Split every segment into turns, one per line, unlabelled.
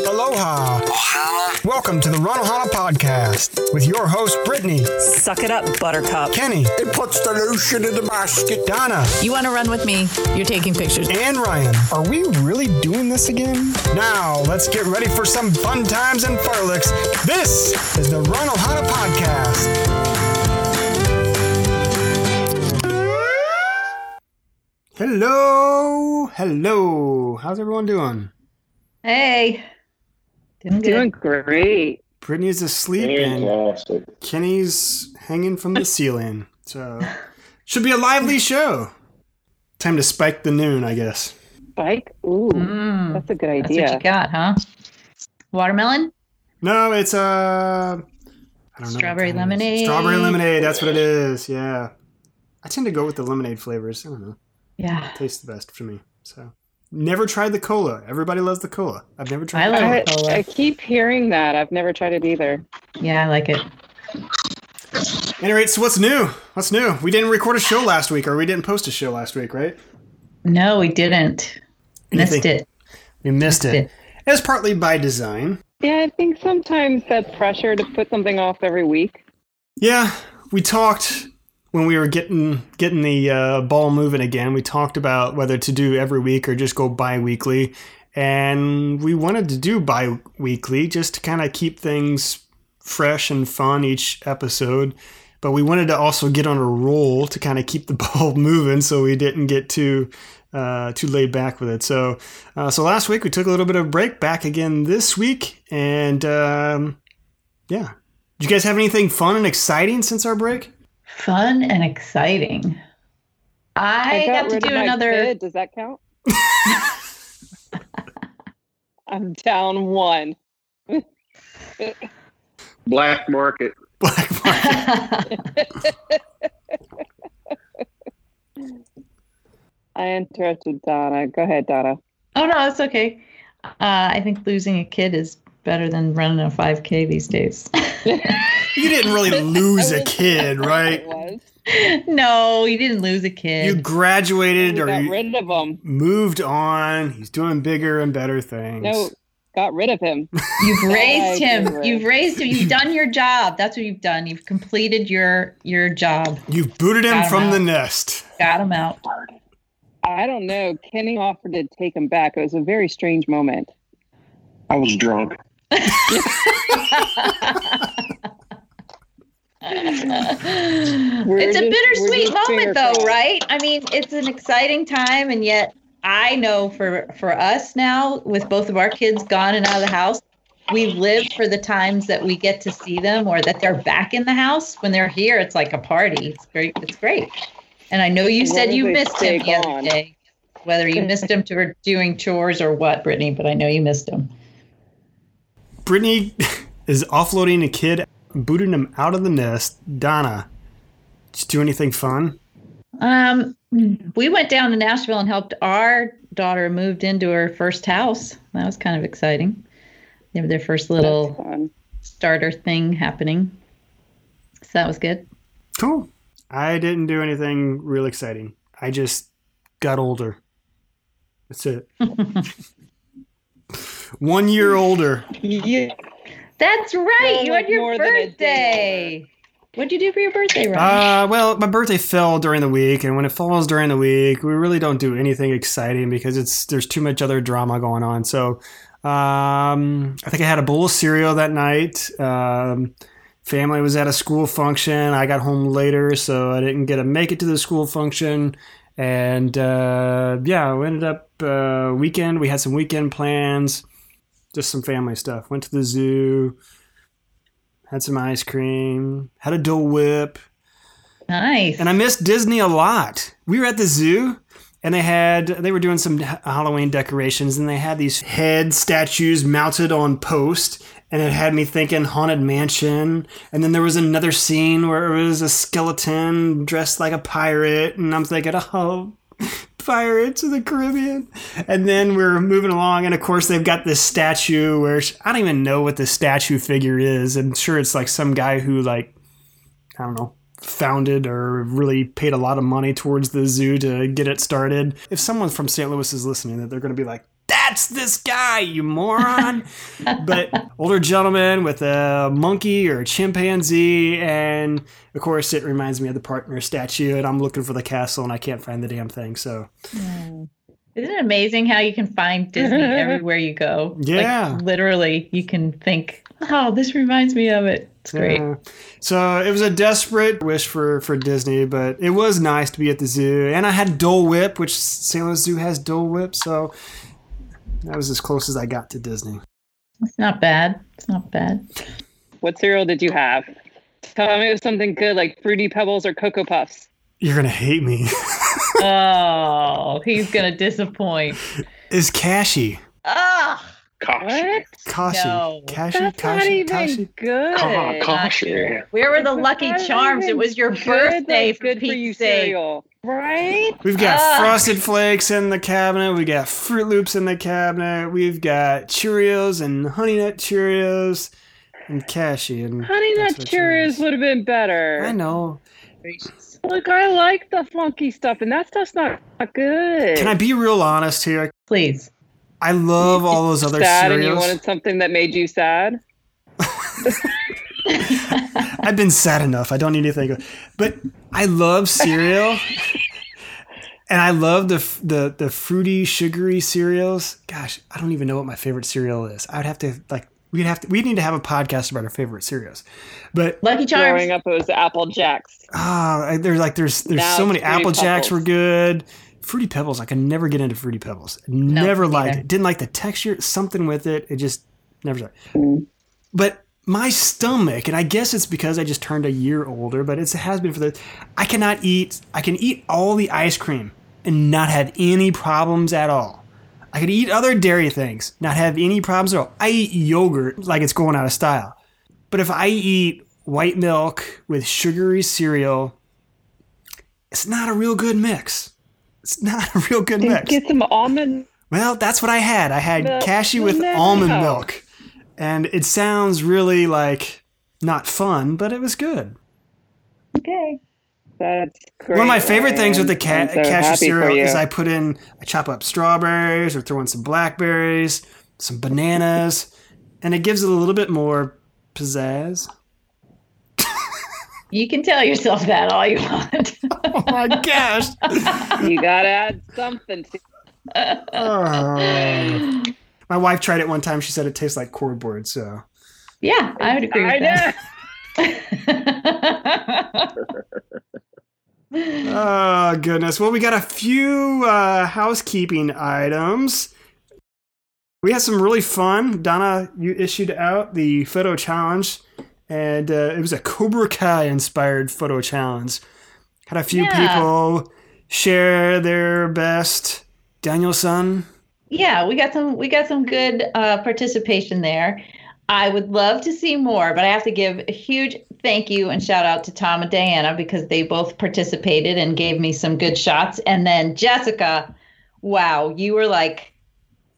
Aloha.
Ohana.
Welcome to the Ron Ohana Podcast with your hosts, Brittany,
Suck it up, Buttercup.
Kenny,
It puts the lotion in the basket.
Donna,
You want to run with me? You're taking pictures.
and Ryan.
Are we really doing this again?
Now, let's get ready for some fun times and farlicks. This is the Ron Ohana Podcast. Hello, hello. How's everyone doing?
Hey. Doing good.
Doing great.
Brittany is asleep and
Fantastic.
Kenny's hanging from the ceiling. So, should be a lively show. Time to spike the noon, I guess.
Bike? Ooh,
Mm,
that's a good
that's
idea.
what you got, huh? Watermelon?
No, it's uh, I don't know.
Strawberry
what kind it is.
lemonade.
Strawberry lemonade. That's what it is. Yeah. I tend to go with the lemonade flavors. I don't know.
Yeah.
Tastes the best for me. So never tried the cola. Everybody loves the cola. I've never tried.
I
the
love
cola.
I,
it. Cola.
I keep hearing that. I've never tried it either.
Yeah, I like it.
At any rate, so what's new? What's new? We didn't record a show last week, or we didn't post a show last week, right?
No, we didn't. Missed
Anything?
it.
We missed it.
it.
It was partly by design.
Yeah, I think sometimes that pressure to put something off every week.
Yeah, we talked when we were getting getting the uh, ball moving again. We talked about whether to do every week or just go bi-weekly, and we wanted to do bi-weekly just to kind of keep things fresh and fun each episode. But we wanted to also get on a roll to kind of keep the ball moving, so we didn't get too uh, too laid back with it. So, uh, so last week we took a little bit of a break. Back again this week, and um, yeah, did you guys have anything fun and exciting since our break?
Fun and exciting. I, got, to
rid of
do
my
another.
Kid. Does that count? I'm down one.
Black market.
Black market.
I interrupted Donna. Go ahead, Donna.
oh, no, it's okay. Uh, I think losing a kid is better than running a 5K these days.
You didn't really lose a kid,
It
right?
was.
no, you didn't lose a
You
kid.
We
graduated or
got
you
rid of him.
moved on. He's doing bigger and better things.
No, got rid of him.
You've raised
I
him.
agree.
You've raised him. You've done your job. That's what you've done. You've completed your your job.
You booted
Got
him
him
from
out.
the nest.
Got him out.
I don't know. Kenny offered to take him back. It was a very strange moment.
I was drunk.
We're
it's a
just-
bittersweet
we're just
moment though
finger-crossed.
right i mean it's an exciting time and yet i know for for us now with both of our kids gone and out of the house we live for the times that we get to see them or that they're back in the house when they're here it's like a party it's great it's great and i know you
As long
said
as
you
they
missed
stay
him the
gone.
other day whether you missed him to doing chores or what brittany but i know you missed him
Brittany is offloading a kid, booting him out of the nest. Donna, did you do anything fun?
Um,
Hmm.
we went down to Nashville and helped our daughter moved into her first house. That was kind of exciting. They have their first little
Fun.
starter thing happening. So that was good.
Cool. I didn't do anything real exciting. I just got older. That's it. One year older.
Yeah.
That's right.
Yeah,
you
like
had your
more than a day
birthday. What'd you do for your birthday, Ron?
Uh, well, my birthday fell during the week, and when it falls during the week, we really don't do anything exciting because it's there's too much other drama going on. So, um, I think I had a bowl of cereal that night. Um, family was at a school function. I got home later, so I didn't get to make it to the school function. And uh, yeah, we ended up uh, weekend. We had some weekend plans, just some family stuff. Went to the zoo. Had some ice cream. Had a Dole Whip.
nice.
And I missed Disney a lot. We were at the zoo and they had they were doing some ha- Halloween decorations and they had these head statues mounted on post and it had me thinking haunted mansion and then there was another scene where it was a skeleton dressed like a pirate and I'm thinking oh Pirates of the Caribbean. And then we're moving along, and of course, they've got this statue where I don't even know what this statue figure is. I'm sure it's like some guy who, like, I don't know, founded or really paid a lot of money towards the zoo to get it started. If someone from St. Louis is listening, that they're going to be like, that that's this guy, you moron. but older gentleman with a monkey or a chimpanzee. And of course, it reminds me of the partner statue. And I'm looking for the castle and I can't find the damn thing. So,
Isn't it amazing how you can find Disney everywhere you go?
Yeah.
Like, literally, you can think, oh, this reminds me of it. It's great.
Yeah. So it was a desperate wish for for Disney, but it was nice to be at the zoo. And I had Dole Whip, which San Luis Zoo has Dole Whip, so that was as close as I got to Disney.
It's not bad. It's not bad.
What cereal did you have? Tell me it was something good like Fruity Pebbles or Cocoa Puffs.
You're gonna hate me.
Oh, he's going to disappoint.
Is Cashy?
Ah,
Caution.
What?
Kashi?
No.
Kashi?
That's
Kashi?
not even
Kashi?
good.
Ca-
not
Caution.
where were the Lucky
That's not
Charms?
even
It was your
good,
birthday
like,
for
good for you
Pete's sake.
cereal. Right?
We've got
Ah.
Frosted Flakes in the cabinet. We got Fruit Loops in the cabinet. We've got Cheerios and Honey Nut Cheerios and Cashy and
Honey Nut
that's what it
Cheerios
is.
would have been better.
I know.
Look, I like the funky stuff, and that stuff's not, not good.
Can I be real honest here?
Please.
I love all those other
sad, and you
cereals.
wanted something that made you sad.
I've been sad enough. I don't need anything. But I love cereal, and I love the f- the the fruity, sugary cereals. Gosh, I don't even know what my favorite cereal is. I would have to like we'd have to we need to have a podcast about our favorite cereals. But
Lucky Charms.
Growing up, it was Apple Jacks.
ah, I there's like there's there's
Now
so
it's
many
Fruity
Apple Jacks were
Pebbles.
good. Fruity Pebbles, I could never get into Fruity Pebbles. Never
me
liked
neither.
it. Didn't like the texture, something with it. It just never. But my stomach, and I guess it's because I just turned a year older, but it's, it has been for the. I cannot eat. I can eat all the ice cream and not have any problems at all. I could eat other dairy things, not have any problems at all. I eat yogurt like it's going out of style. But if I eat white milk with sugary cereal, it's not a real good mix. It's not a real good mix.
Get some almond.
Well, that's what I had. I had
The-
cashew
the
with
milk.
almond milk. And it sounds really like not fun, but it was good.
Okay.
That's great.
One of my favorite things with the ca-
I'm so
cashew
happy for
cereal
you.
is I put in, I chop up strawberries or throw in some blackberries, some bananas, and it gives it a little bit more pizzazz.
You can tell yourself that all you want.
Oh my gosh.
you gotta add something to
Oh. My wife tried it one time. She said it tastes like cardboard. So
yeah, I would agree with
I
that.
know.
Oh goodness. Well, we got a few uh, housekeeping items. We had some really fun. Donna, you issued out the photo challenge, and uh, it was a Cobra Kai inspired photo challenge. Had a few
Yeah.
people share their best Danielson.
yeah, we got some we got some good uh, participation there. I would love to see more, but I have to give a huge thank you and shout out to Tom and Diana because they both participated and gave me some good shots. And then Jessica, wow, you were like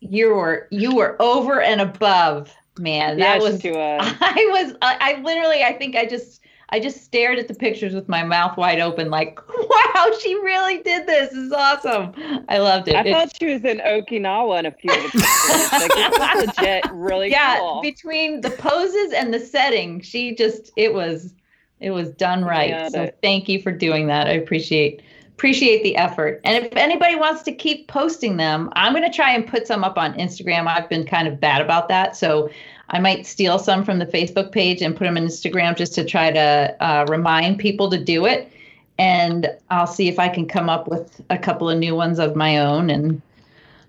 you were you were over and above, man.
Yes,
That was
to, uh,
I was I, I literally I think I just I just stared at the pictures with my mouth wide open like wow she really did this this is awesome I loved it,
I
It-
thought she was in Okinawa in a few of the pictures. like, this is legit really
yeah
cool.
between the poses and the setting she just it was it was done right
Nailed
so
it.
thank you for doing that I appreciate appreciate the effort and if anybody wants to keep posting them I'm going to try and put some up on Instagram I've been kind of bad about that so I might steal some from the Facebook page and put them on Instagram just to try to uh, remind people to do it. And I'll see if I can come up with a couple of new ones of my own and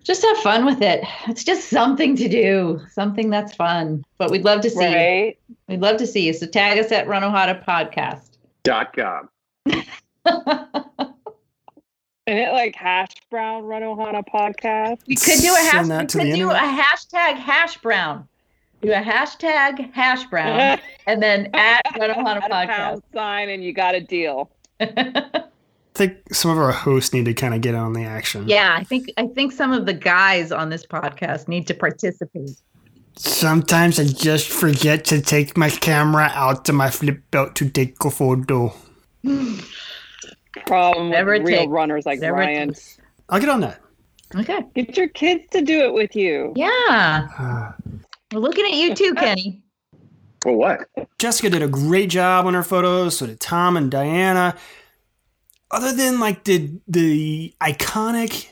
just have fun with it. It's just something to do, something that's fun. But we'd love to see you.
right?
We'd love to see you. So tag us at Run Ohada Podcast.
Dot com.
And it like hash brown run Ohana podcast.
We could do a hash.
Send that
We
to the
could do a
internet.
hashtag hash brown. Do a hashtag hash brown and then at Run Ohana
Add a pound sign and you got a deal.
Podcast.
I think some of our hosts need to kind of get on the action.
Yeah, I think I think some of the guys on this podcast need to participate.
Sometimes I just forget to take my camera out to my flip belt to take a photo.
Problem
Whatever it
with real
takes.
runners like
Whatever it
Ryan.
takes.
I'll get on that.
Okay.
Get your kids to do it with you.
Yeah. We're looking at you too, Kenny.
Well, what?
Jessica did a great job on her photos. So did Tom and Diana. Other than like the the iconic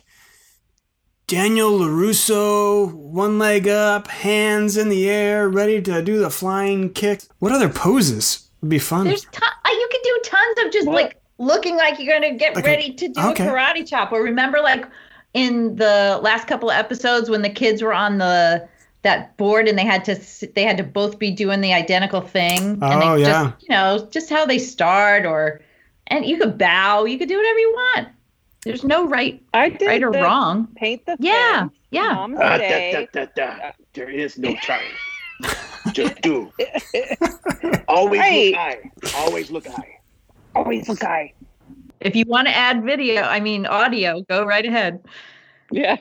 Daniel Larusso, one leg up, hands in the air, ready to do the flying kick. What other poses would be fun?
There's ton- uh, you can do tons of just like looking like you're gonna get
Okay.
ready to do
Okay.
a karate chop. Or remember, like in the last couple of episodes when the kids were on the that board and they had to s- they had to both be doing the identical thing. and
Oh,
they
yeah.
Just, you know, just how they start, or and you could bow, you could do whatever you want. There's no right
I did
right or
the
wrong.
Paint the
Yeah,
fence,
yeah.
Uh,
Mom's
Ah,
day.
da, da, da, da. There is no try. Just do. Always
Right.
look high. Always look high.
Always look high.
If you want to add video, I mean audio, go right ahead.
Yeah.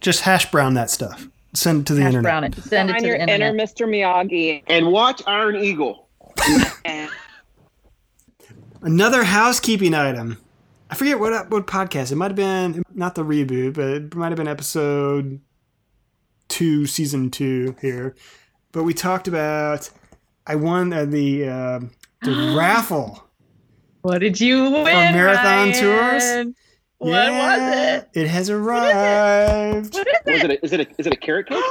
Just hash brown that stuff. Send it to the
Hash
internet.
brown it. Send it
Find
to
your
the internet.
inner Mr. Miyagi.
And watch Iron Eagle.
Another housekeeping item. I forget what what podcast. It might have been not the reboot, but it might have been episode two, season two here. But we talked about I won uh, the uh, the raffle
what did you win?
marathon tours?
Ryan? What was
it? It has arrived.
it? What is
Was
it?
it? A, is it? A, is it a carrot cake?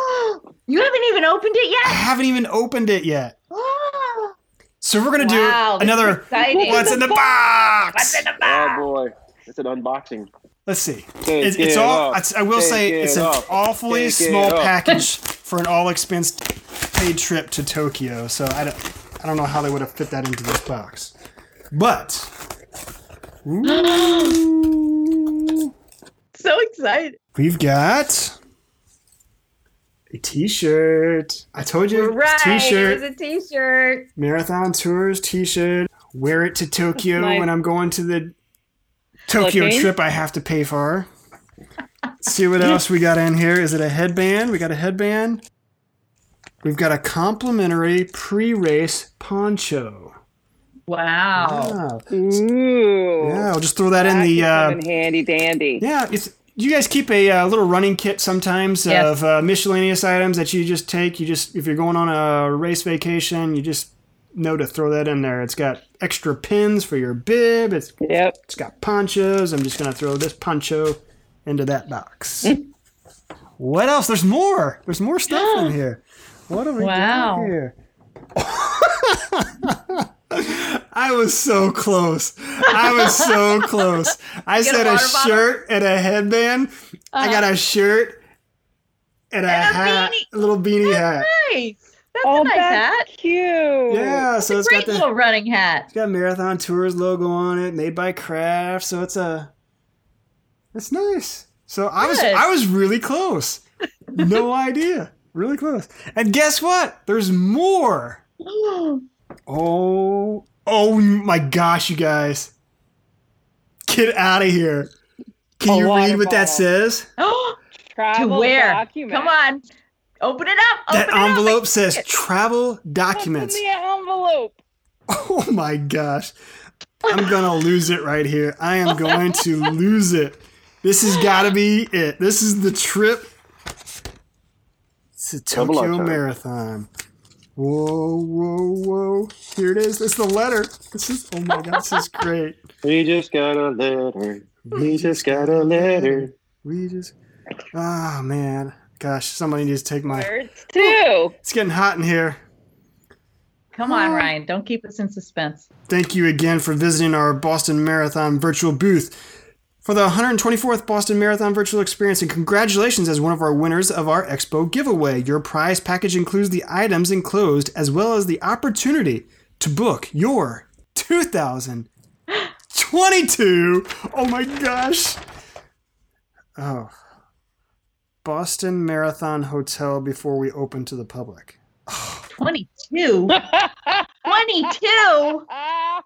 you haven't even opened it
I
yet.
haven't even opened it yet.
wow,
So we're gonna do
this is
another.
exciting.
What's in the box?
What's in the
Oh
box?
boy, it's an unboxing.
Let's see.
Take
It's, it's
it
all.
off.
It's, I will
Take
say
it
it's an
off.
awfully
Take it
small
off.
package for an all expense paid trip to Tokyo. So I don't. I don't know how they would have fit that into this box, but
So excited.
we've got a T-shirt. I told you,
Right.
it's
It
T-shirt.
was a t-shirt.
Marathon Tours T-shirt. Wear it to Tokyo
That's my-
when I'm going to the Tokyo
Looking.
trip. I have to pay for. See what else we got in here. Is it a headband? We got a headband. We've got a complimentary pre-race poncho.
Wow.
Wow.
Ooh.
Yeah, I'll just throw that in
That
the.
could
Uh,
come in handy dandy.
yeah, it's. You guys keep a uh, little running kit sometimes
Yes.
of uh, miscellaneous items that you just take. You just if you're going on a race vacation, you just know to throw that in there. It's got extra pins for your bib. It's
Yep.
It's got ponchos. I'm just gonna throw this poncho into that box. what else? There's more. There's more stuff in here. What do we
Wow.
got here? I was so close. I was so close. I
a
said a,
water bottle? Uh-huh.
shirt and a headband. I got a shirt and a,
And a
hat,
beanie.
a little beanie hat.
Nice. That's
Oh,
a nice
that's
hat.
cute.
Yeah, so it's
Great
got the
little running hat.
It's got Marathon Tours logo on it, made by Kraft, so it's a it's nice. So I was
Good.
I was really close. No idea. Really close. And guess what? There's more. Oh oh my gosh, you guys. Get out of here. Can
A
you
water
read what that
bottle.
says?
Oh, to
Travel
where?
document.
Come on. Open it up. Open
that
it
envelope
Up.
says travel
What's in
documents.
the envelope?
Oh my gosh. I'm going to lose it right here. I am going to lose it. This has got to be it. This is the trip. It's a
Double
Tokyo
time.
Marathon. Whoa, whoa, whoa. Here it is. It's the letter. This is, oh my gosh, this is great.
We just got a letter. We just got a letter.
We just, ah, man. Gosh, somebody needs to take my,
Birds too.
it's getting hot in here.
Come on, Ryan. Don't keep us in suspense.
Thank you again for visiting our Boston Marathon virtual booth for the 124th Boston Marathon virtual experience, and congratulations as one of our winners of our Expo giveaway. Your prize package includes the items enclosed as well as the opportunity to book your 2022. Oh my gosh! Oh. Boston Marathon Hotel before we open to the public.
22. 22.
Ah,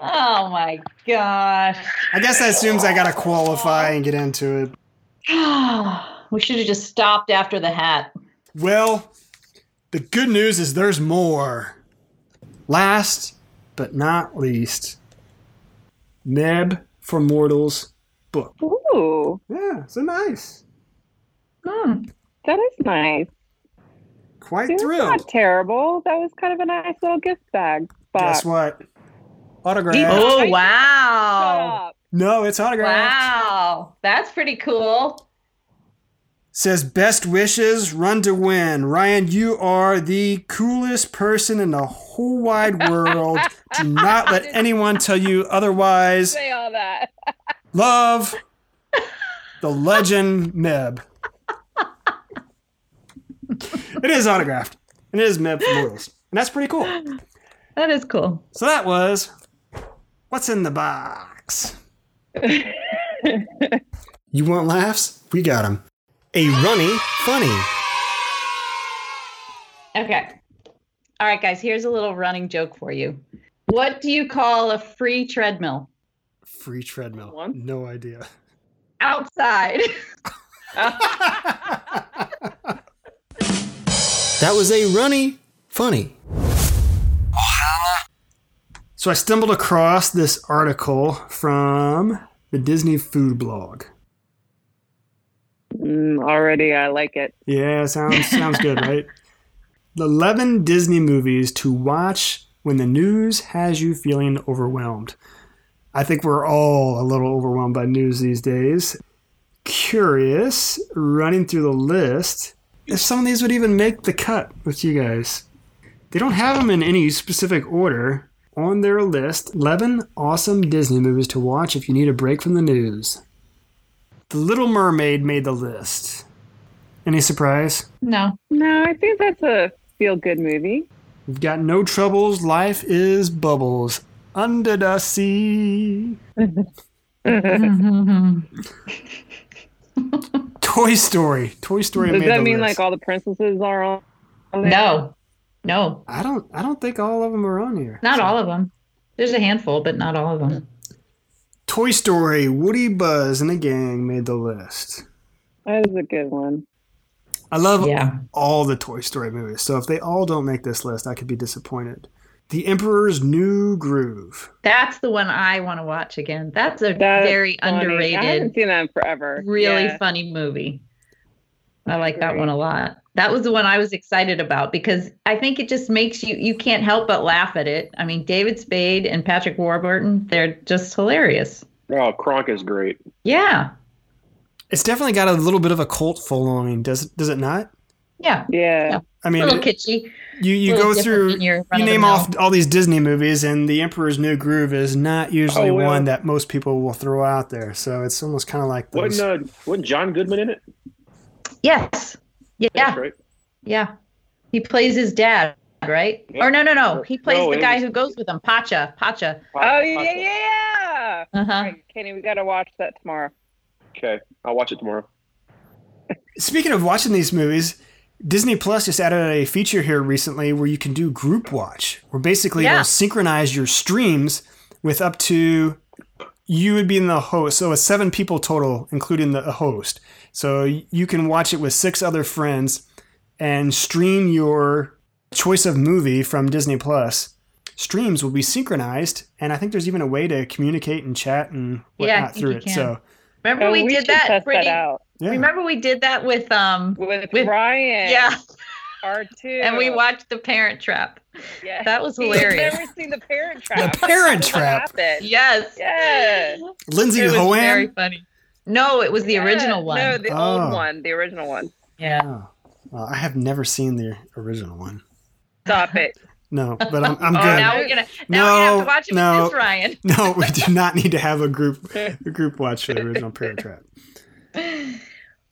Oh my gosh.
I guess that assumes I gotta qualify and get into it.
we should have just stopped after the hat.
Well, the good news is there's more. Last but not least, Neb for Mortals book.
Ooh,
Yeah, so nice.
Hmm.
that is nice.
Quite
See, that's
thrilled.
not terrible. That was kind of a nice little gift bag.
Guess
box.
what? Autograph.
Oh,
I-
wow.
Stop.
No, it's autographed.
Wow. That's pretty cool.
Says best wishes, run to win. Ryan, you are the coolest person in the whole wide world. Do not let anyone tell you otherwise.
Say all that.
Love the legend Meb. It is autographed. It is Meb from Royals. And that's pretty cool.
That is cool.
So that was What's in the Box? you want laughs? We got 'em. A runny funny.
Okay. All right, guys, here's a little running joke for you. What do you call a free treadmill?
Free treadmill.
One?
No idea.
Outside.
That was a runny funny. So I stumbled across this article from the Disney food blog.
Mm, already, I like it.
Yeah, sounds sounds good, right? The 11 Disney movies to watch when the news has you feeling overwhelmed. I think we're all a little overwhelmed by news these days. Curious, running through the list, if some of these would even make the cut with you guys. They don't have them in any specific order. On their list, 11 awesome Disney movies to watch if you need a break from the news. The Little Mermaid made the list. Any surprise?
No.
No, I think that's a feel-good movie.
We've got no troubles. Life is bubbles under the sea. Toy Story. Toy Story.
Does
made
that
the
mean
list.
like all the princesses are on? on there?
No. No.
I don't. I don't think all of them are on here.
Not all of them. There's a handful, but not all of them.
Toy Story. Woody, Buzz, and the gang made the list.
That is a good one.
I love
Yeah.
all the Toy Story movies. So if they all don't make this list, I could be disappointed. The Emperor's New Groove.
That's the one I want to watch again. That's a
That's
very
funny. I haven't
underrated,
seen that in forever.
really
Yeah.
funny movie. I like that
Agree.
one a lot. That was the one I was excited about because I think it just makes you you can't help but laugh at it. I mean, David Spade and Patrick Warburton, they're just hilarious.
Oh, Kronk is great.
Yeah.
It's definitely got a little bit of a cult following. Does it? Does it not?
Yeah.
Yeah.
I mean,
A little
it-
kitschy.
you you
little
go
different
through
than your
you
run-of-the-mill.
name off all these Disney movies, and The Emperor's New Groove is not usually
Oh, well.
one that most people will throw out there. So it's almost kind of like those.
Wasn't uh, wasn't John Goodman in it?
Yes. Yeah.
That's right.
Yeah. He plays his dad, right?
Yeah.
Or no, no, no. He plays
No,
the
it
guy
was-
who goes with him, Pacha. Pacha.
Oh yeah, yeah.
Uh-huh.
Right, Kenny, we gotta watch that tomorrow.
Okay, I'll watch it tomorrow.
Speaking of watching these movies, Disney Plus just added a feature here recently where you can do group watch, where basically
Yeah.
it'll synchronize your streams with up to you would be in the host. So it's seven people total, including the host. So you can watch it with six other friends and stream your choice of movie from Disney Plus. Streams will be synchronized, and I think there's even a way to communicate and chat and
Yeah, I
whatnot
think
through
you
it.
can.
So
Remember
Oh,
we,
we
did
should
that
test
pretty
that out
yeah,
Remember we did that with um
with,
With-
Ryan.
yeah,
R two.
and we watched The Parent Trap.
Yeah.
That was hilarious.
Never seen the Parent Trap.
Parent
What
Trap.
happened?
Yes.
Yeah.
Lindsay
It was very
Hohan.
funny. No, it was the
Yeah,
original one.
No, the
Oh.
old one. The original one.
yeah.
Uh, I have never seen the original one.
Stop it.
No, but I'm, I'm
Oh,
good.
now we're gonna now
No,
we have to watch it
no.
with this Ryan.
No, we do not need to have a group a group watch for the original Parent Trap.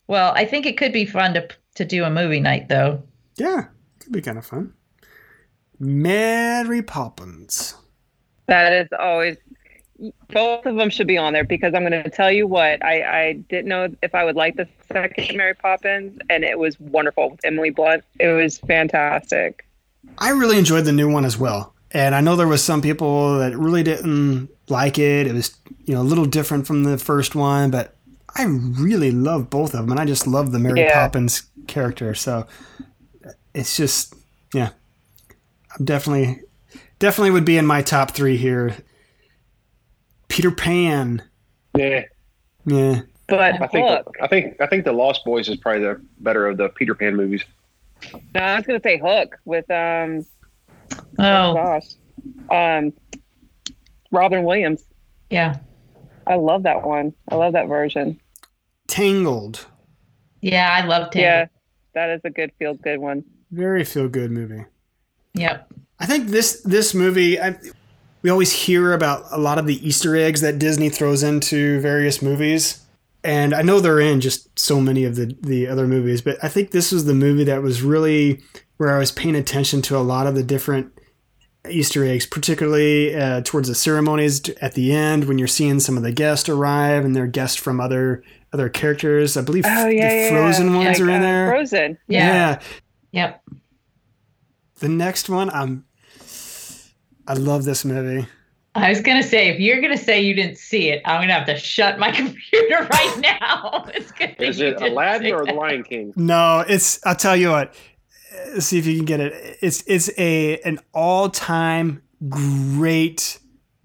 Well, I think it could be fun to to do a movie night though.
Yeah, could be kind of fun. Mary Poppins.
That is always. Both of them should be on there because I'm going to tell you what I, I didn't know if I would like the second Mary Poppins, and it was wonderful with Emily Blunt. It was fantastic.
I really enjoyed the new one as well, and I know there was some people that really didn't like it. It was you know a little different from the first one, but I really love both of them, and I just love the Mary
Yeah.
Poppins character. So it's just yeah, I'm definitely definitely would be in my top three here. Peter Pan.
Yeah,
Yeah.
But
I think
Hook,
I think I think the Lost Boys is probably the better of the Peter Pan movies.
no, I was gonna say Hook with um,
Oh,
gosh, um, Robin Williams.
yeah.
I love that one. I love that version.
Tangled.
Yeah, I love Tangled.
Yeah, that is a good feel good one.
Very feel good movie.
Yep.
I think this this movie I, we always hear about a lot of the Easter eggs that Disney throws into various movies, and I know they're in just so many of the the other movies, but I think this was the movie that was really where I was paying attention to a lot of the different Easter eggs, particularly uh, towards the ceremonies t- at the end when you're seeing some of the guests arrive and they're guests from other other characters. I believe
Oh yeah,
the
yeah,
Frozen
yeah.
ones
Like,
are in
uh,
there.
Frozen.
Yeah.
yeah,
Yep.
the next one, I'm. I love this movie.
I was gonna say if you're gonna say you didn't see it, I'm gonna have to shut my computer right now. It's good. thing
Is
you
it
didn't
Aladdin
say
or The
that.
Lion King?
No, it's. I'll tell you what. uh, See if you can get it. It's it's a an all time great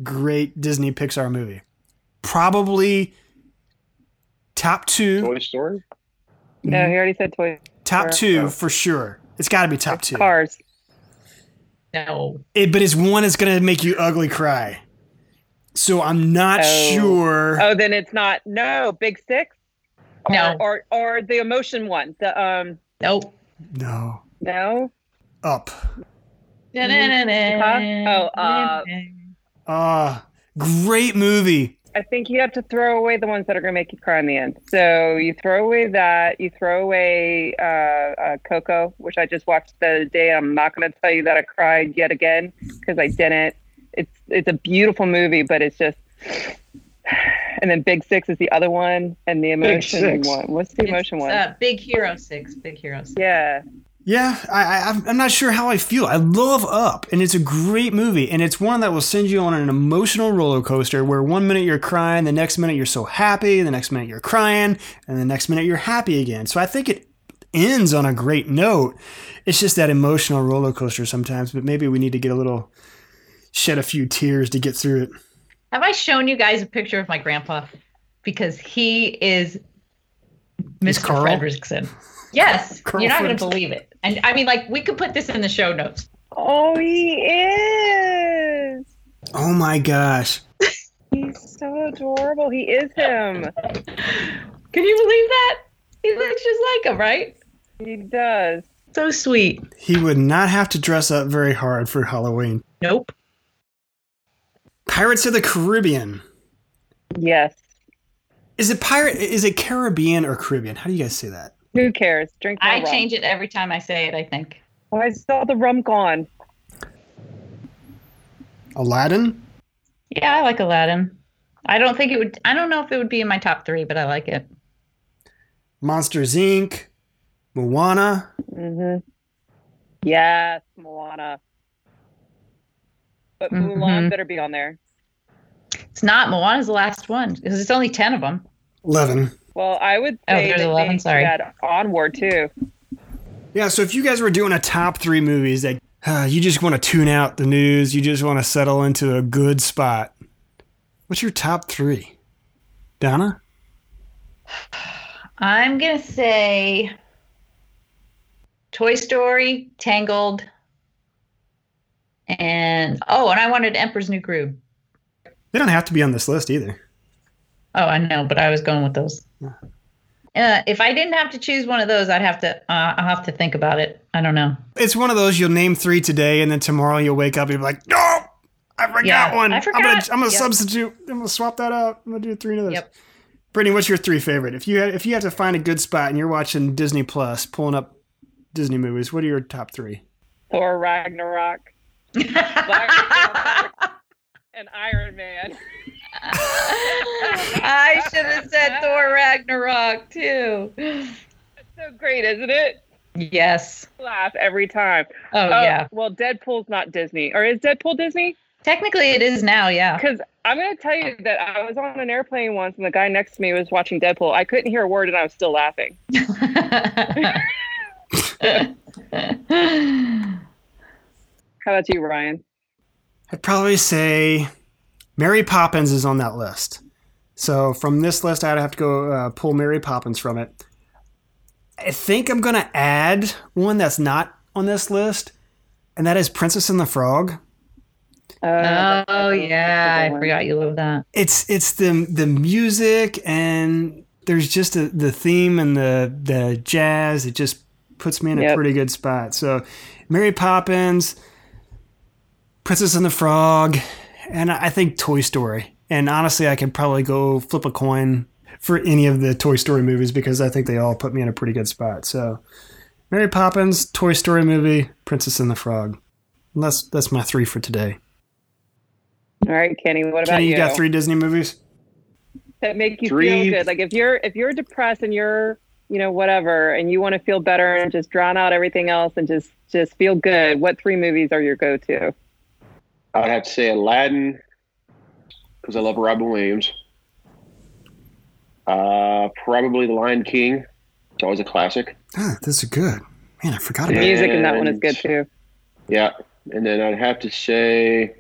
great Disney Pixar movie. Probably top two,
Toy Story?
No, he already said toy
top two for sure. It's got to be top two.
cars.
No.
It, but it's one that's gonna make you ugly cry. So I'm not
Oh.
sure.
Oh, then it's not. No, Big Six. Or,
No.
Or or the emotion one. The um.
Nope.
No,
No.
up.
Oh,
Oh, uh,
Ah, great movie.
I think you have to throw away the ones that are going to make you cry in the end. So you throw away that. You throw away uh, uh, Coco, which I just watched the other day. I'm not going to tell you that I cried yet again because I didn't. It's it's a beautiful movie, but it's just. And then Big Six is the other one, and the emotion
Six.
one. What's the emotion one?
Uh, Big Hero Six. Big Hero Six.
Yeah.
Yeah, I, I, I'm- I'm not sure how I feel. I love Up, and it's a great movie, and it's one that will send you on an emotional roller coaster where one minute you're crying, the next minute you're so happy, the next minute you're crying, and the next minute you're happy again. So I think it ends on a great note. It's just that emotional roller coaster sometimes, but maybe we need to get a little, shed a few tears to get through it.
Have I shown you guys a picture of my grandpa? Because he is
He's
Mr.
Carl?
Fredrickson. Yes,
Carl
you're not going to
Fredrickson.
believe it. And I mean, like, we could put this in the show notes.
Oh, he is.
Oh my gosh.
He's so adorable. He is him.
Can you believe that? He looks just like him, right?
He does.
So sweet.
He would not have to dress up very hard for Halloween.
Nope.
Pirates of the Caribbean.
Yes.
Is it pirate? Is it Caribbean or Caribbean? How do you guys say that?
Who cares? Drink more
I
rum.
change it every time I say it, I think.
Oh, I saw the rum gone.
Aladdin.
Yeah, I like Aladdin. I don't think it would, I don't know if it would be in my top three, but I like it.
Monsters Inc. Moana.
hmm Yes, Moana. But Mulan
Mhm.
better be on there.
It's not Moana's the last one because it's only 10 of them.
Eleven.
Well, I would
Oh,
say
there's
that
11,
they
sorry.
had Onward too.
Yeah. So if you guys were doing a top three movies that uh, you just want to tune out the news, you just want to settle into a good spot. What's your top three, Donna?
I'm going to say Toy Story, Tangled, and oh, and I wanted Emperor's New Groove.
They don't have to be on this list either.
Oh, I know, but I was going with those. Uh, if I didn't have to choose one of those, I'd have to. Uh, I'll have to think about it. I don't know.
It's one of those you'll name three today, and then tomorrow you'll wake up and be like, no, I forgot
Yeah,
one.
I
I'm gonna,
forgot."
I'm gonna
Yep.
substitute. I'm gonna swap that out. I'm gonna do three of those.
Yep.
Brittany, what's your three favorite? If you had, if you have to find a good spot and you're watching Disney Plus, pulling up Disney movies, what are your top three?
Thor Ragnarok, Black Panther, and Iron Man.
I should have said Thor Ragnarok too.
So great, isn't it?
Yes.
Laugh every time.
Oh,
Oh,
yeah.
Well, Deadpool's not Disney, or is Deadpool Disney?
Technically, it is now. Yeah.
Because I'm going to tell you that I was on an airplane once, and the guy next to me was watching Deadpool. I couldn't hear a word, and I was still laughing.
Oh,
How about you, Ryan?
I'd probably say Mary Poppins is on that list. So from this list, I'd have to go uh, pull Mary Poppins from it. I think I'm going to add one that's not on this list, and that is Princess and the Frog.
Uh,
Oh yeah, I forgot you love that.
It's it's the the music and there's just a, the theme and the the jazz. It just puts me in a
Yep.
pretty good spot. So Mary Poppins, Princess and the Frog, and I I think Toy Story. And honestly, I could probably go flip a coin for any of the Toy Story movies because I think they all put me in a pretty good spot. So, Mary Poppins, Toy Story movie, Princess and the Frog. And that's that's my three for today.
all right, Kenny. What about
Kenny,
you?
you got three Disney movies?
that make you
Three-
feel good. Like if you're if you're depressed and you're you know whatever and you want to feel better and just drown out everything else and just just feel good. What three movies are your go to?
I would have to say Aladdin because I love Robin Williams. Uh, probably The Lion King. It's always a classic.
Ah, those are good. Man, I forgot
The
about
music in that one is good too.
Yeah, and then I'd have to say,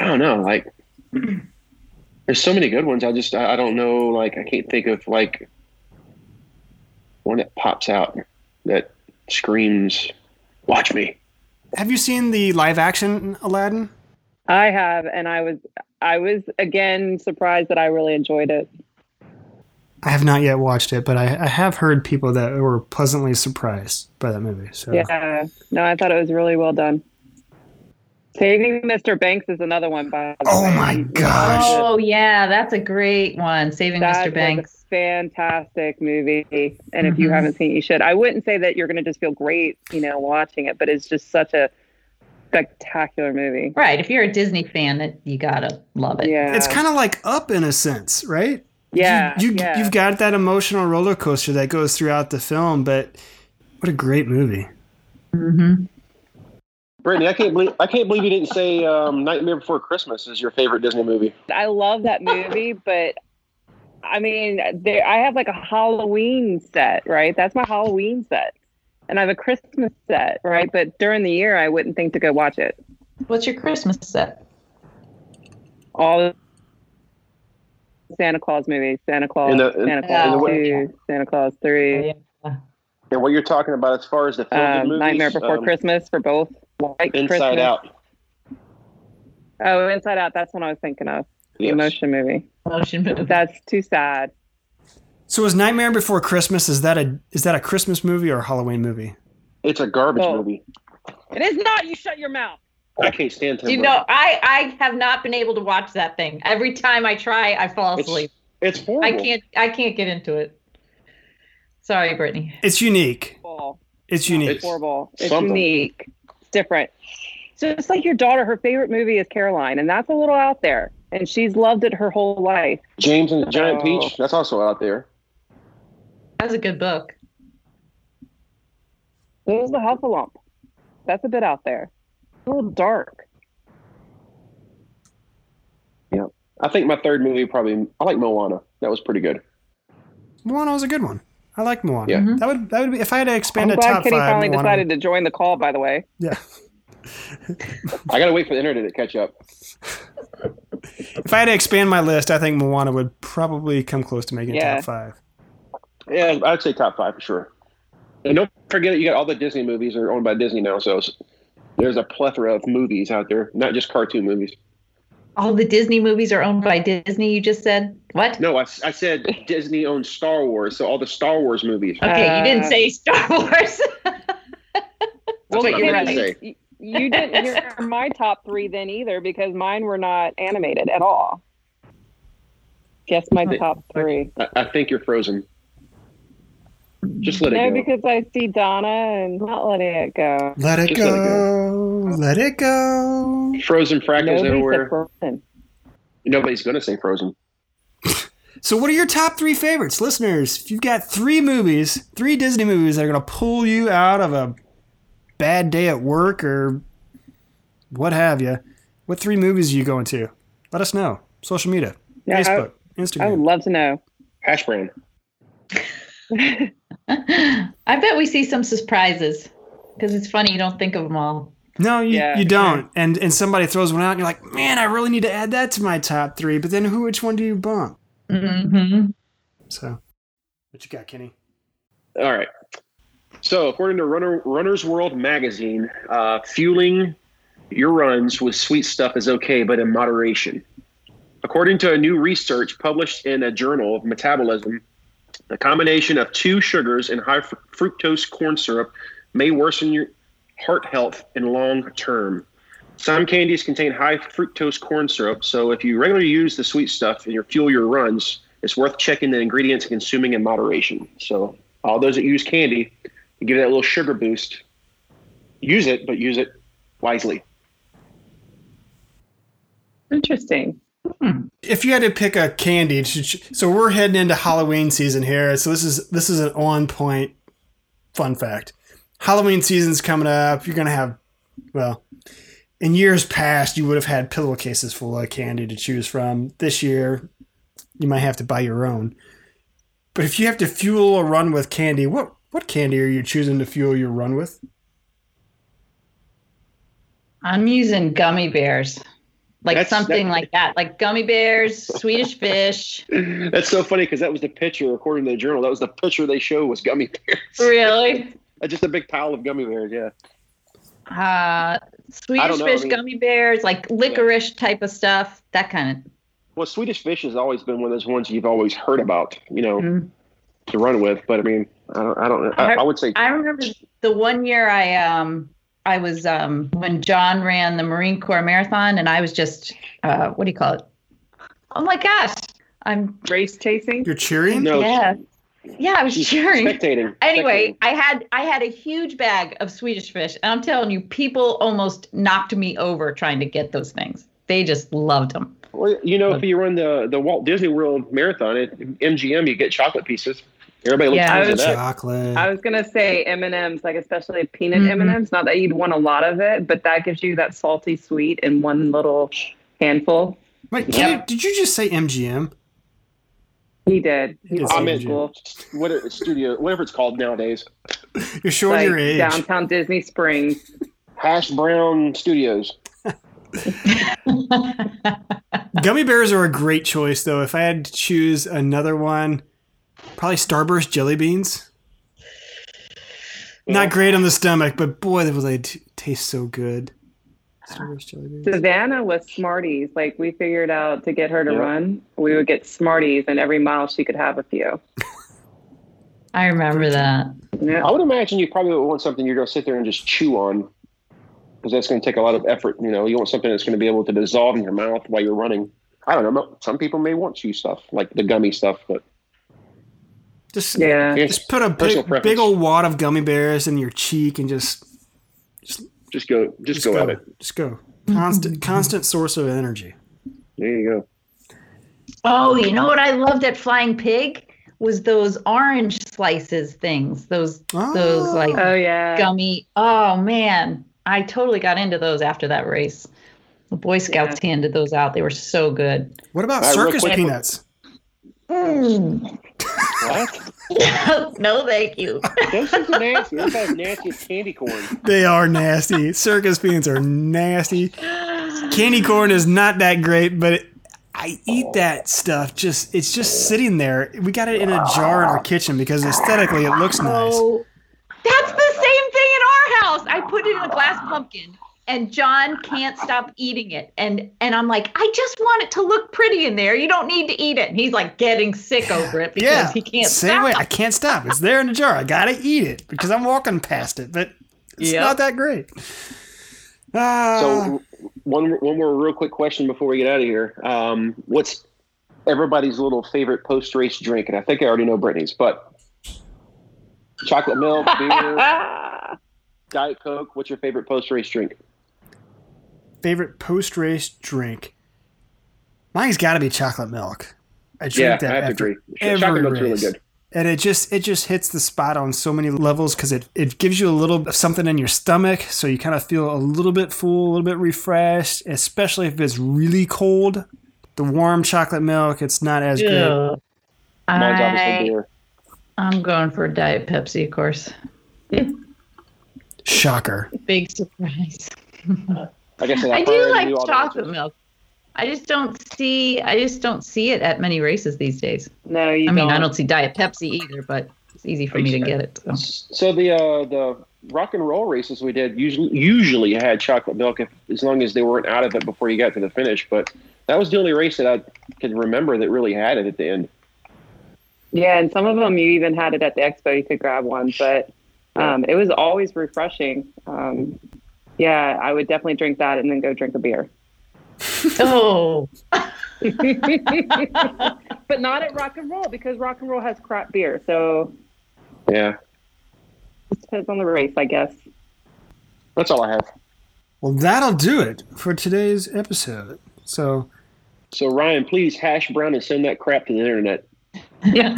I don't know. Like, there's so many good ones. I just I, I don't know. Like, I can't think of like one that pops out that screams, "Watch me."
Have you seen the live action Aladdin?
I have, and I was I was again surprised that I really enjoyed it.
I have not yet watched it, but I, I have heard people that were pleasantly surprised by that movie. So
Yeah, no, I thought it was really well done. Saving Mr. Banks is another one. By the
Oh
way.
my gosh.
Oh yeah, that's a great one. Saving
That
Mr.
was
Banks.
a fantastic movie. And if
Mm-hmm.
you haven't seen it, you should. I wouldn't say that you're going to just feel great, you know, watching it, but it's just such a spectacular movie.
Right. If you're a Disney fan, that you gotta love it.
Yeah.
it's kind of like Up in a sense, right?
yeah.
you, you
yeah.
you've got that emotional roller coaster that goes throughout the film, but what a great movie!
Brittany, I can't believe I can't believe you didn't say um, "Nightmare Before Christmas" is your favorite Disney movie.
I love that movie, but I mean, there, I have like a Halloween set, right? That's my Halloween set. And I have a Christmas set, right? But during the year, I wouldn't think to go watch it.
What's your Christmas set?
All the Santa Claus movies, Santa Claus,
And the- and-
Santa Claus
and the-
2, Santa Claus 3.
And what you're talking about as far as the films and
um,
movies,
Nightmare Before
um,
Christmas for both. White
Inside
Christmas.
Out,
Oh, Inside Out. That's what I was thinking of. The
Yes.
emotion movie.
Motion movie.
That's too sad.
So is Nightmare Before Christmas is that a is that a Christmas movie or a Halloween movie?
It's a garbage
Oh.
movie.
It is not. You shut your mouth.
I can't stand Tim
Do you
Burton.
know, I I have not been able to watch that thing. Every time I try, I fall asleep.
It's, it's horrible.
I can't I can't get into it. Sorry, Brittany.
It's unique.
Horrible.
It's unique.
It's horrible. It's
Something.
unique. It's different. So it's like your daughter. Her favorite movie is Caroline, and that's a little out there. And she's loved it her whole life.
James and the Giant
Oh.
Peach. That's also out there.
That's a good book.
There's the Huffalump. That's a bit out there. A little dark.
I think my third movie probably. I like Moana. That was pretty good.
Moana was a good one. I like Moana.
Yeah.
That would that would be if I had to expand
I'm
a
glad
top
Kitty
five.
finally
Moana-
decided to join the call. By the way,
Yeah.
I gotta wait for the internet to catch up.
If I had to expand my list, I think Moana would probably come close to making
Yeah.
top five.
Yeah, I'd say top five for sure. And don't forget, you got all the Disney movies are owned by Disney now, so it's- there's a plethora of movies out there, not just cartoon movies.
All the Disney movies are owned by Disney, you just said? What?
No, I, I said Disney owns Star Wars, so all the Star Wars movies.
Okay, you didn't
Uh,
say Star Wars.
That's
Well,
what I
but you're
meant to
right. You, you didn't hear my top three then either because mine were not animated at all. Guess my top three.
I, I think you're frozen. Just let
No,
it go.
because I see Donna and not letting it go.
Let it
Just let it
go. Let it go.
Frozen fractures
Nobody said
everywhere.
Frozen.
Nobody's gonna say Frozen.
So, what are your top three favorites, listeners? If you've got three movies, three Disney movies that are going to pull you out of a bad day at work or what have you, what three movies are you going to? Let us know. Social media,
Yeah, I-
Facebook,
I would
Instagram.
love to know.
Hash brown.
I bet we see some surprises because it's funny you don't think of them all.
No, you,
Yeah.
you don't. And and somebody throws one out, and you're like, man, I really need to add that to my top three. But then who? Which one do you bump?
hmm
Mm-hmm.
So, what you got, Kenny?
All right. So, according to Runner, Runner's World magazine, uh, fueling your runs with sweet stuff is okay, but in moderation. According to a new research published in a journal of metabolism, the combination of two sugars and high fr- fructose corn syrup may worsen your heart health in long term. Some candies contain high fructose corn syrup, so if you regularly use the sweet stuff and you fuel your runs, it's worth checking the ingredients and consuming in moderation. So, all those that use candy, give it that little sugar boost. Use it, but use it wisely.
Interesting.
If you had to pick a candy, to ch- so we're heading into Halloween season here. So this is this is an on point fun fact. Halloween season's coming up. You're gonna have well, in years past, you would have had pillowcases full of candy to choose from. This year, you might have to buy your own. But if you have to fuel a run with candy, what what candy are you choosing to fuel your run with?
I'm using gummy bears, like
That's-
something
that-
like that, like gummy bears, Swedish fish.
That's so funny because that was the picture, according to the journal. That was the picture they show was gummy bears.
Really?
That's just a big pile of gummy bears. Yeah.
Uh, Swedish
know, I
fish,
mean-
gummy bears, like licorice type of stuff, that kind of.
Well, Swedish fish has always been one of those ones you've always heard about, you know, to run with. But I mean, I don't. I, don't, I, I would say
Mm-hmm. I remember the one year I um I was um when John ran the Marine Corps marathon, and I was just uh, what do you call it? Oh my gosh, I'm
Race chasing.
You're cheering.
no.
yeah, yeah, I was
she's
cheering.
Spectating.
Anyway,
spectating.
I had I had a huge bag of Swedish fish, and I'm telling you, people almost knocked me over trying to get those things. They just loved them.
Well, you know, if you run the the Walt Disney World marathon at MGM, you get chocolate pieces. Everybody looks
Yeah, I
forward to
was-
that.
Chocolate.
I was gonna say M and M's, like especially peanut
Mhm.
M and M's. Not that you'd want a lot of it, but that gives you that salty sweet in one little handful.
Wait, Kenny, did you just say MGM?
He did. He was
It's
in
amazing.
school,
what a studio, whatever it's called nowadays,
You're showing
like
your age.
downtown Disney Springs.
Hash Brown Studios.
Gummy bears are a great choice, though. If I had to choose another one, probably Starburst jelly beans. Not great on the stomach, but boy, they- will they t- taste so good. Starburst jelly beans.
Savannah was Smarties. Like we figured out to get her to
Yeah.
run, we would get Smarties, and every mile she could have a few.
I remember that.
Yeah.
Oh,
I would imagine you probably would want something you're going to sit there and just chew on, because that's going to take a lot of effort. You know, you want something that's going to be able to dissolve in your mouth while you're running. I don't know. Some people may want chew stuff, like the gummy stuff, but
Just,
Yeah.
it's-
just put a
Personal
big,
preference.
big old wad of gummy bears in your cheek and just,
just go, just,
just
go, at it.
Just go. Constant,
Mm-hmm.
constant source of energy.
There you go.
Oh, you know what I loved at Flying Pig was those orange slices things. Those those like
Oh yeah.
gummy. Oh man, I totally got into those after that race. The Boy Scouts handed those out. They were so good.
What about
All right, real
circus
quick-
peanuts?
What?
no, thank you.
Those things are nasty. Those are nasty as candy corn.
They are nasty. circus peanuts are nasty. Candy corn is not that great, but it, I eat that stuff. Just it's just sitting there. We got it in a jar in our kitchen because aesthetically it looks nice.
That's the same thing in our house. I put it in a glass pumpkin and John can't stop eating it. And and I'm like, I just want it to look pretty in there. You don't need to eat it. And he's like getting sick over it because
yeah,
he can't
same
stop.
way. I can't stop. It's there in a jar. I gotta eat it because I'm walking past it, but it's
Yep.
not that great. Ah,
So, one one more real quick question before we get out of here. Um, what's everybody's little favorite post race drink? And I think I already know Brittany's, but chocolate milk, beer,
Ah.
Diet Coke. What's your favorite post race drink?
favorite post race drink. Mine's got to be chocolate milk. I drink
Yeah,
that
I have to
after
agree.
every
Chocolate milk's really
race.
good.
and it just it just hits the spot on so many levels because it, it gives you a little of something in your stomach so you kind of feel a little bit full a little bit refreshed especially if it's really cold the warm chocolate milk it's not as good
Ugh.
Mine's obviously
I,
beer.
I'm going for Diet Pepsi, of course.
shocker
Big surprise.
Like I said, I,
I
probably
do like
knew all the
chocolate
answers.
milk. I just don't see. I just don't see it at many races these days.
No, you
I
don't.
mean, I don't see Diet Pepsi either, but it's easy for me to get it. So.
So the uh, the rock and roll races we did usually usually had chocolate milk if, as long as they weren't out of it before you got to the finish. But that was the only race that I could remember that really had it at the end.
Yeah, and some of them you even had it at the expo. You could grab one, but um, it was always refreshing. Um, yeah, I would definitely drink that and then go drink a beer.
Oh,
but not at rock and roll because rock and roll has crap beer. So
Yeah,
it depends on the race, I guess.
that's all I have.
Well, that'll do it for today's episode. So,
So Ryan, please hash brown and send that crap to the internet.
yeah.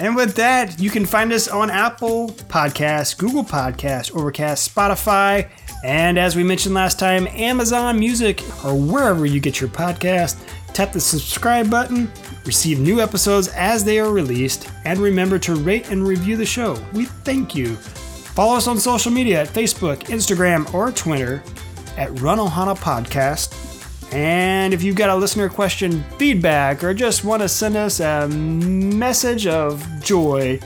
and with that, you can find us on Apple Podcasts, Google Podcasts, Overcast, Spotify, and as we mentioned last time, Amazon Music or wherever you get your podcast. Tap the subscribe button, receive new episodes as they are released, and remember to rate and review the show. We thank you. Follow us on social media at Facebook, Instagram, or Twitter at Run Ohana Podcast. And if you've got a listener question, feedback, or just want to send us a message of joy,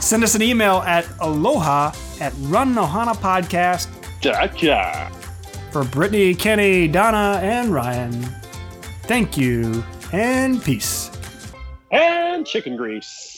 send us an email at aloha at runnohana podcast
Gotcha.
for Brittany, Kenny, Donna, and Ryan. Thank you and peace.
And chicken grease.